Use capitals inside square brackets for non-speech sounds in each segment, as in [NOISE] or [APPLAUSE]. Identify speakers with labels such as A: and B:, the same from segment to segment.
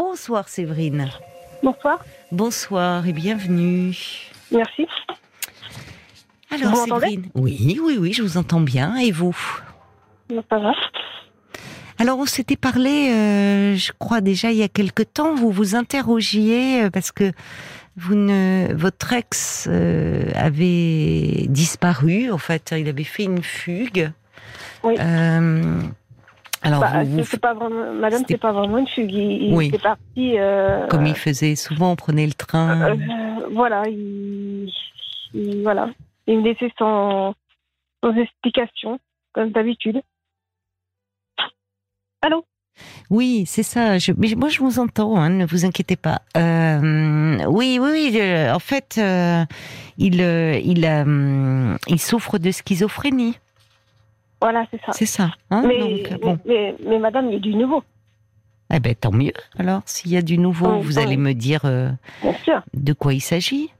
A: Bonsoir Séverine.
B: Bonsoir,
A: Bonsoir et bienvenue.
B: merci.
A: Alors
B: Vous m'entendez
A: Séverine. Oui, oui, oui, je vous entends bien. Et vous
B: Non, ça va.
A: Alors on s'était parlé, euh, je crois déjà il y a quelque temps, vous vous interrogiez euh, parce que vous ne, votre ex euh, avait disparu. En fait, il avait fait une fugue.
B: Oui.
A: Euh, alors
B: Bah,
A: vous- vous-
B: c'est- c'est pas vraiment, madame,
A: c'était-
B: c'est pas vraiment une fugue. Il, il
A: Oui.
B: était parti. euh,
A: comme il faisait souvent, on prenait le train.
B: euh, voilà, il, il- voilà. Il me laissait sans, sans explication, comme d'habitude. Allô
A: Oui, c'est ça. Je, mais moi, je vous entends. hein, ne vous inquiétez pas. Euh, oui, oui, oui. euh, en fait, euh, il, euh, il, a, hum, il souffre de schizophrénie.
B: Voilà, c'est ça.
A: C'est ça. hein,
B: Ah. mais,
A: donc, bon.
B: mais, mais madame, il y a du nouveau,
A: Eh ben, tant mieux. Alors, s'il y a du nouveau,
B: Oui,
A: vous
B: oui.
A: allez me dire euh,
B: bien sûr.
A: de quoi il s'agit.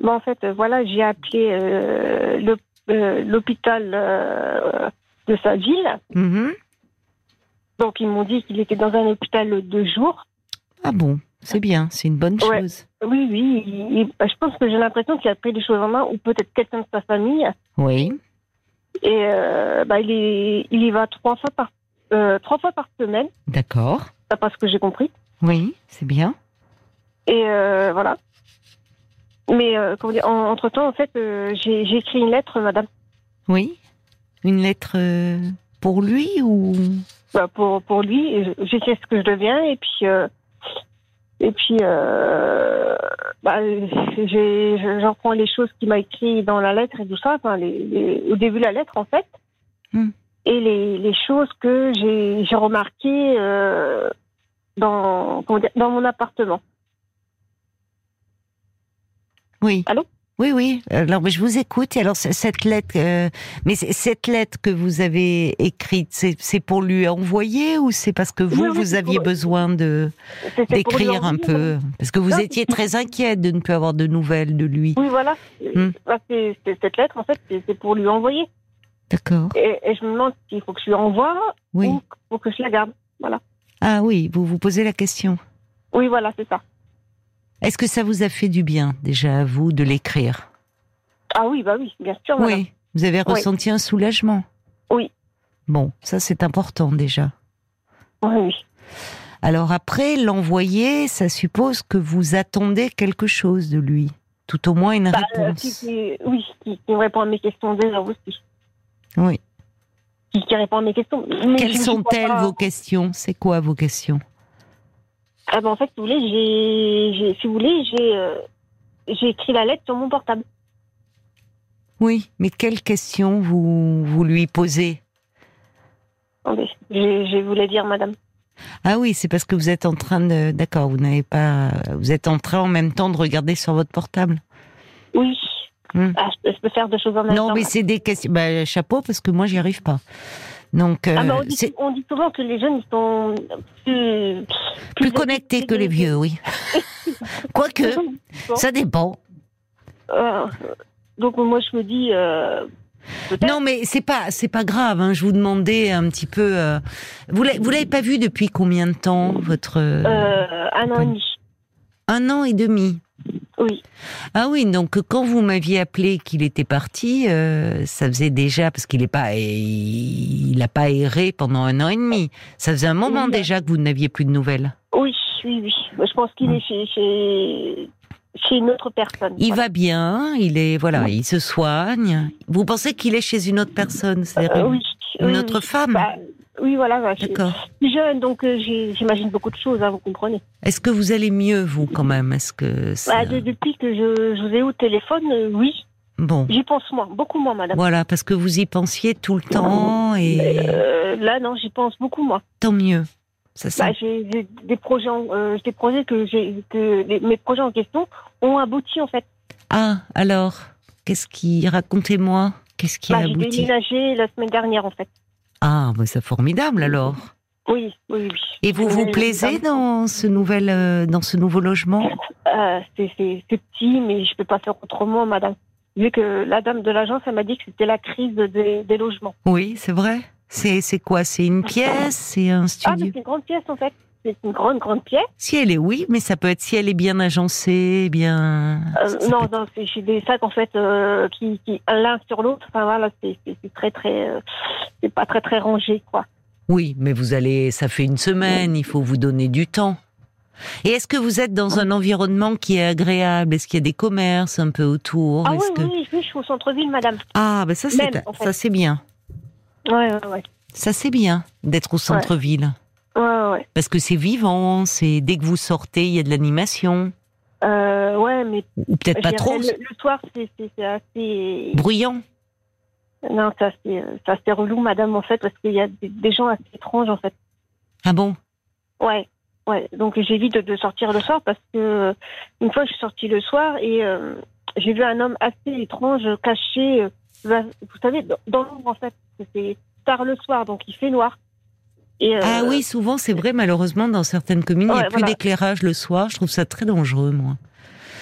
B: Bah, en fait, euh, voilà, j'ai appelé euh, le- euh, l'hôpital euh, de sa ville.
A: Mhm.
B: Donc, ils m'ont dit qu'il était dans un hôpital de jour.
A: Ah bon, c'est bien. C'est une bonne
B: Ouais.
A: chose.
B: Oui, oui. il- il- bah, je pense que j'ai l'impression qu'il a pris les choses en main, ou peut-être quelqu'un de sa famille.
A: Oui.
B: Et euh, bah, il, est, il y va trois fois par euh, trois fois par semaine,
A: D'accord.
B: d'après ce que j'ai compris.
A: Oui, c'est bien.
B: Et euh, voilà. Mais euh, comment dire, en- entre-temps, en fait, euh, j'ai j'ai écrit une lettre, madame,
A: Oui. Une lettre euh, pour lui ou
B: bah, pour, pour lui. et je- J'ai dit ce que je deviens. Et puis, euh, et puis euh, bah, j'ai- j'en prends les choses qu'il m'a écrit dans la lettre et tout ça, enfin, les, les- au début de la lettre, en fait.
A: Hmm.
B: Et les, les choses que j'ai j'ai remarquées euh, dans, comment dire, dans mon appartement.
A: Oui.
B: Allô
A: Oui, oui. Alors, mais je vous écoute. Et alors, c- cette lettre, euh, mais c- cette lettre que vous avez écrite, c'est c'est pour lui envoyer ou c'est parce que vous,
B: Oui, oui,
A: vous
B: c'est
A: aviez
B: pour-
A: besoin de
B: C'était pour lui
A: d'écrire un
B: envoyer,
A: peu Parce que vous
B: Non,
A: étiez très inquiète de ne plus avoir de nouvelles de lui.
B: Oui, voilà.
A: Hmm.
B: Bah, c'est- c'est- cette lettre, en fait, c'est c'est pour lui envoyer.
A: D'accord.
B: Et, et je me demande s'il faut que je lui envoie
A: Oui.
B: ou faut que je la garde.
A: Ah oui, vous vous posez la question.
B: Oui, voilà, c'est ça.
A: Est-ce que ça vous a fait du bien déjà à vous de l'écrire
B: Ah oui, bah oui, bien sûr, madame.
A: Oui. Vous avez
B: Oui.
A: ressenti un soulagement
B: Oui.
A: Bon, ça c'est important déjà.
B: Oui, oui.
A: Alors après, l'envoyer, ça suppose que vous attendez quelque chose de lui. Tout au moins une
B: Bah, euh, qui,
A: réponse.
B: qui- oui, qui, qui me répond à mes questions déjà aussi.
A: Oui.
B: Qui, qui répond à mes questions. Mais
A: Quelles
B: je ne
A: sont-elles
B: crois pas.
A: vos questions C'est quoi vos questions
B: Ah ben, en fait, si vous voulez, j'ai, j'ai- si vous voulez, j'ai, euh, j'ai écrit la lettre sur mon portable.
A: Oui, mais quelles questions vous, vous lui posez
B: Attendez, je, je voulais dire, madame.
A: Ah oui, c'est parce que vous êtes en train de... D'accord, vous n'avez pas... Vous êtes en train en même temps de regarder sur votre portable.
B: Oui.
A: Hmm.
B: Ah, je, peux- je peux faire deux choses en même temps.
A: Non, mais
B: madame.
A: c'est des questions... Bah, chapeau, parce que moi, j'y arrive pas. Donc,
B: Ah,
A: euh,
B: ben, on, dit,
A: c'est
B: on dit souvent que les jeunes, ils sont plus,
A: plus connecté que les vieux,
B: [LAUGHS]
A: oui. Quoique, ça dépend.
B: Euh, donc, moi, je me dis. euh, peut-être-
A: Non, mais c'est pas c'est pas grave. Hein. Je vous demandais un petit peu. euh, Vous l'avez- vous l'avez pas vu depuis combien de temps votre euh,
B: Euh, un an et demi.
A: un an et demi.
B: Oui.
A: Ah oui, donc quand vous m'aviez appelé qu'il était parti, euh, ça faisait déjà parce qu'il est pas il a pas erré pendant un an et demi. Ça faisait un moment
B: Oui.
A: déjà que vous n'aviez plus de nouvelles.
B: Oui, oui, oui. Je pense qu'il est chez, chez, chez une autre personne.
A: Hmm. Il
B: Voilà.
A: va bien, il est voilà, il se soigne. Vous pensez qu'il est chez une autre personne, c'est-à-dire
B: Euh, oui,
A: une
B: oui, oui.
A: autre femme
B: Bah, oui, voilà. bah, je suis
A: D'accord.
B: jeune, donc euh, j'ai- j'imagine beaucoup de choses, hein, vous comprenez.
A: Est-ce que vous allez mieux vous quand même Est-ce que
B: Bah,
A: ça-
B: de- depuis que je, je vous ai au téléphone, euh, oui,
A: bon
B: j'y pense moins, beaucoup moins, madame.
A: Voilà, parce que vous y pensiez tout le temps et
B: Euh, là, non, j'y pense beaucoup moins.
A: tant mieux. Ça
B: Bah,
A: sent.
B: j'ai j'ai des projets, en- euh, des projets que j'ai, que les- mes projets en question ont abouti en fait.
A: Ah, alors, qu'est-ce qui. Racontez-moi, qu'est-ce qui a
B: Bah, j'ai
A: abouti
B: déménagé la semaine dernière en fait.
A: Ah, bah, c'est formidable alors.
B: Oui, oui, oui.
A: Et vous vous
B: Euh,
A: plaisez dans ce, nouvel, euh, dans ce nouveau logement
B: Euh, c'est c'est- c'est petit, mais je peux pas faire autrement, madame. Vu que la dame de l'agence, elle m'a dit que c'était la crise des, des logements.
A: Oui, c'est vrai. C'est c'est quoi C'est une pièce C'est un
B: Ah, mais
A: studio
B: c'est une grande pièce, en fait. c'est une grande, grande pièce.
A: Si elle est oui, mais ça peut être si elle est bien agencée, bien.
B: Euh,
A: ça- ça
B: non,
A: peut
B: non, c'est j'ai des sacs en fait euh, qui, qui l'un sur l'autre. Enfin voilà, c'est c'est- c'est très très, euh, c'est pas très très rangé quoi.
A: Oui, mais vous allez, ça fait une semaine, il faut vous donner du temps. Et est-ce que vous êtes dans un environnement qui est agréable Est-ce qu'il y a des commerces un peu autour
B: Ah oui,
A: Est-ce que-
B: oui, oui, je suis au centre-ville, madame.
A: Ah, ben ça c'est
B: Même, en fait.
A: ça c'est bien.
B: Ouais, ouais, ouais,
A: Ça c'est bien d'être au centre-ville
B: ouais, ouais, ouais.
A: parce que c'est vivant, c'est dès que vous sortez, il y a de l'animation
B: Euh, ouais, mais
A: ou peut-être pas
B: je
A: trop
B: dirais, Le, le soir, c'est c'est- c'est assez.
A: bruyant.
B: Non, c'est assez, euh, c'est assez relou, madame, en fait, parce qu'il y a des, des gens assez étranges, en fait.
A: Ah bon
B: Ouais, ouais. Donc j'évite de, de sortir le soir parce que euh, une fois, je suis sortie le soir et euh, j'ai vu un homme assez étrange caché, euh, va- vous savez, dans, dans l'ombre, en fait. C'était tard le soir, donc il fait noir. Et, euh,
A: Ah oui, souvent c'est vrai malheureusement dans certaines communes, il n'y a
B: Ouais,
A: plus
B: voilà.
A: d'éclairage le soir, je trouve ça très dangereux moi.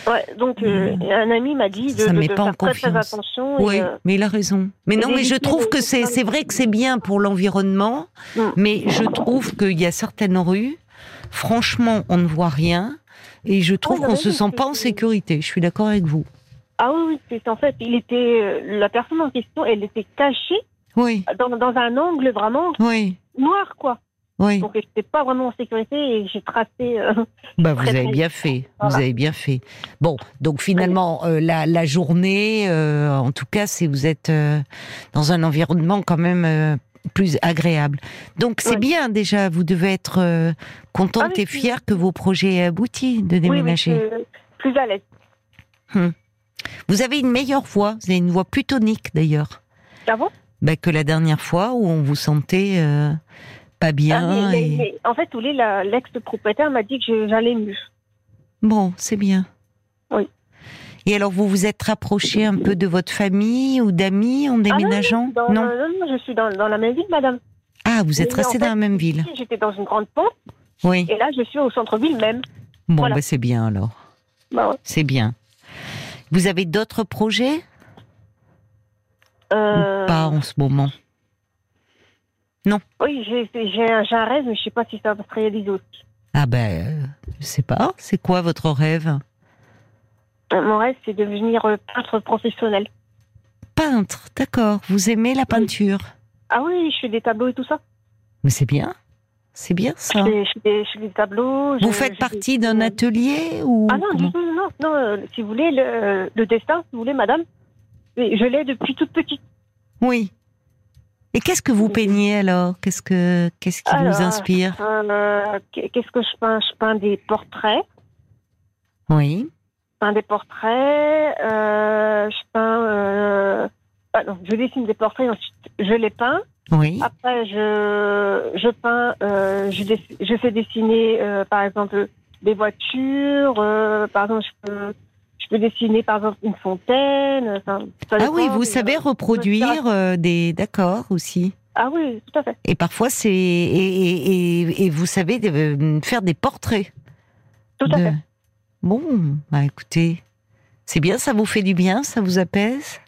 B: Ouais, donc euh, un ami m'a dit de,
A: Hmm. Ça
B: de-
A: met
B: de
A: pas en
B: faire très, très
A: confiance.
B: attention.
A: Oui,
B: Et, euh,
A: mais il a raison. Mais
B: et
A: non, mais je
B: d'éviter
A: trouve
B: de-
A: que c'est c'est vrai que c'est bien pour l'environnement,
B: Mm.
A: mais je trouve qu'il y a certaines rues, franchement, on ne voit rien, et je trouve
B: non,
A: qu'on
B: mais
A: se
B: oui,
A: sent
B: c'est-
A: pas en sécurité. Je suis d'accord avec vous.
B: Ah oui, oui, c'est en fait, il était euh, la personne en question, elle était cachée
A: Oui,
B: dans, dans un angle vraiment
A: oui,
B: noir, quoi.
A: oui.
B: Donc j'étais pas vraiment en sécurité et j'ai tracé. euh,
A: Bah, vous
B: très,
A: avez
B: très
A: bien fait. Vous
B: Voilà.
A: avez bien fait. Bon, donc finalement, euh, la, la journée, euh, en tout cas, c'est vous êtes euh, dans un environnement quand même euh, plus agréable. Donc c'est
B: Ouais.
A: bien déjà. Vous devez être euh, contente
B: Ah oui,
A: et
B: puis-
A: fière que vos projets aient abouti de
B: oui, oui,
A: déménager.
B: euh, plus à l'aise.
A: Vous avez une meilleure voix. Vous avez une voix plus tonique d'ailleurs
B: Ah bon
A: bah, que la dernière fois où on vous sentait euh, pas
B: Ah, mais-
A: bien.
B: mais-
A: et-
B: mais en fait, Oulé, la- l'ex-propriétaire m'a dit que je- j'allais mieux.
A: Bon, c'est bien.
B: Oui.
A: Et alors, vous vous êtes rapproché un peu de votre famille ou d'amis en
B: non,
A: déménageant
B: Ah Dans- non, non, je suis dans, dans la même ville, madame.
A: Ah, vous êtes
B: Mais en
A: resté
B: fait,
A: dans la même ville.
B: ici, J'étais dans une grande pompe
A: Oui.
B: et là, je suis au centre-ville même.
A: Bon,
B: voilà.
A: bah, c'est bien alors.
B: Bah ouais.
A: C'est bien. Vous avez d'autres projets
B: Euh,
A: ou pas en ce moment
B: Oui, j'ai j'ai un, j'ai un rêve, mais je sais pas si ça va se réaliser aussi.
A: Ah ben, euh, je sais pas. C'est quoi votre rêve
B: Euh, Mon rêve, c'est de devenir euh, peintre professionnel.
A: Peintre, d'accord. Vous aimez la peinture
B: Ah oui, je fais des tableaux et tout ça.
A: Mais c'est bien. C'est bien
B: Je
A: ça.
B: fais, je fais des, je fais des tableaux. je-
A: Ah. Vous faites
B: je fais-
A: partie d'un atelier ou
B: Ah non,
A: comment
B: du tout, non, non. euh, si vous voulez, le, le destin, si vous voulez, madame, mais je l'ai depuis toute petite.
A: Oui. Et qu'est-ce que vous peignez alors Qu'est-ce que qu'est-ce qui
B: Alors,
A: vous inspire
B: Euh, Qu'est-ce que je peins Je peins des portraits.
A: Oui.
B: Je peins des portraits. euh, je peins. euh, ah non, je dessine des portraits, ensuite je les peins.
A: Oui.
B: Après, je, je peins. euh, je, dess- je fais dessiner, euh, par exemple, des voitures. euh, par exemple, je peux, je peux dessiner, par exemple, une fontaine. euh, enfin, ça
A: Ah
B: dépend,
A: oui, vous
B: mais,
A: savez
B: euh,
A: reproduire euh, des d'accord aussi.
B: Ah oui, tout à fait.
A: Et parfois c'est et, et, et- et vous savez euh, faire des portraits.
B: Tout à
A: de-
B: fait.
A: Bon, bah écoutez, c'est bien, ça vous fait du bien, ça vous apaise.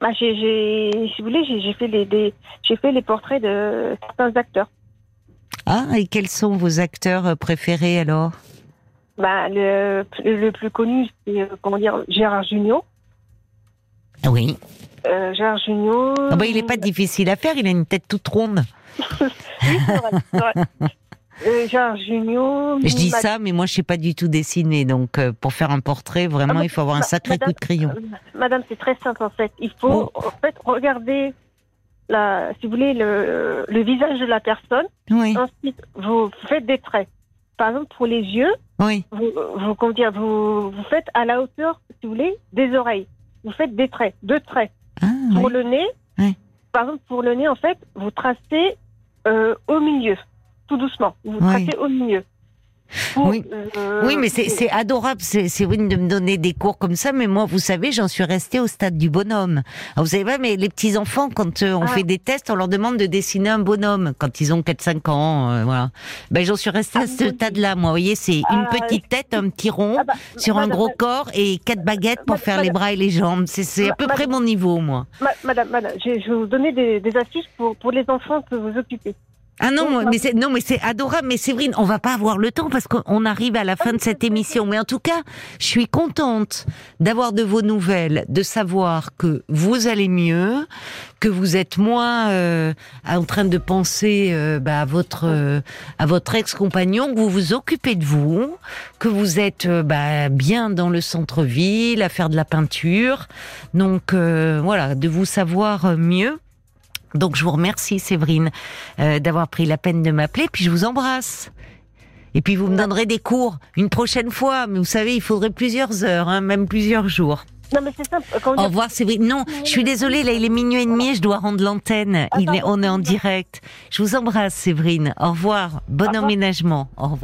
B: Bah, j'ai, j'ai- si vous voulez, j'ai, j'ai fait les, des- j'ai fait les portraits de certains acteurs.
A: Ah et quels sont vos acteurs euh, préférés alors
B: Bah, le, le plus connu, c'est euh, comment dire, Gérard Jugnot.
A: Ah Oui.
B: Euh, Gérard euh, Jugnot.
A: Ah bah, il n'est pas
B: Hum.
A: difficile à faire, il a une tête toute ronde.
B: [LAUGHS] Oui, c'est vrai, c'est vrai. Euh, Gérard Jugnot.
A: Je dis
B: Mimi
A: ça, mais moi je sais pas du tout dessiner, donc euh, pour faire un portrait, vraiment,
B: Ah bah,
A: il faut avoir un
B: ma-
A: sacré
B: madame,
A: coup de crayon.
B: Madame, c'est très simple en fait. Il faut
A: Oh.
B: en fait regarder la, si vous voulez, le, le visage de la personne.
A: Oui,
B: Ensuite, vous faites des traits. Par exemple, pour les yeux,
A: oui,
B: vous, vous, comment dire, vous, vous faites à la hauteur, si vous voulez, des oreilles. Vous faites des traits, deux traits.
A: ah,
B: Pour
A: oui,
B: le nez,
A: Oui.
B: par exemple, pour le nez, en fait, vous tracez euh, au milieu, tout doucement. Vous
A: Oui.
B: tracez au milieu. Pour,
A: Oui.
B: euh,
A: Oui, mais c'est c'est adorable, c'est c'est Céline de me donner des cours comme ça, mais moi, vous savez, j'en suis restée au stade du bonhomme. Alors, vous savez pas, mais les petits enfants, quand euh, on
B: Ah.
A: fait des tests, on leur demande de dessiner un bonhomme quand ils ont 4-5 ans, euh, voilà. Ben, j'en suis restée à
B: Ah,
A: ce
B: oui.
A: stade-là, moi. Vous voyez, c'est une
B: Ah,
A: petite tête, un petit rond.
B: Ah bah,
A: Sur un
B: madame,
A: gros corps et quatre baguettes pour
B: madame,
A: faire les
B: madame.
A: bras et les jambes. C'est- C'est à
B: Ma-
A: peu près mon niveau, moi.
B: ma- Madame, madame, je je vais vous donner des, des astuces pour, pour les enfants que vous occupez.
A: Ah non, mais c'est non, mais c'est adorable. Mais Séverine, on va pas avoir le temps parce qu'on arrive à la fin de cette émission. Mais en tout cas, je suis contente d'avoir de vos nouvelles, de savoir que vous allez mieux, que vous êtes moins euh, en train de penser euh, bah, à votre euh, à votre ex-compagnon, que vous vous occupez de vous, que vous êtes euh, bah, bien dans le centre-ville, à faire de la peinture. Donc euh, voilà, de vous savoir euh, mieux. Donc je vous remercie Séverine euh, d'avoir pris la peine de m'appeler, puis je vous embrasse. Et puis vous me donnerez des cours une prochaine fois, mais vous savez, il faudrait plusieurs heures, hein, même plusieurs jours.
B: Non, mais c'est simple. Quand
A: Au revoir Séverine. Non, je suis désolée, là il est minuit et demi, et je dois rendre l'antenne. Il est, on est en direct. Je vous embrasse Séverine. Au revoir. Bon
B: revoir.
A: emménagement. Au revoir.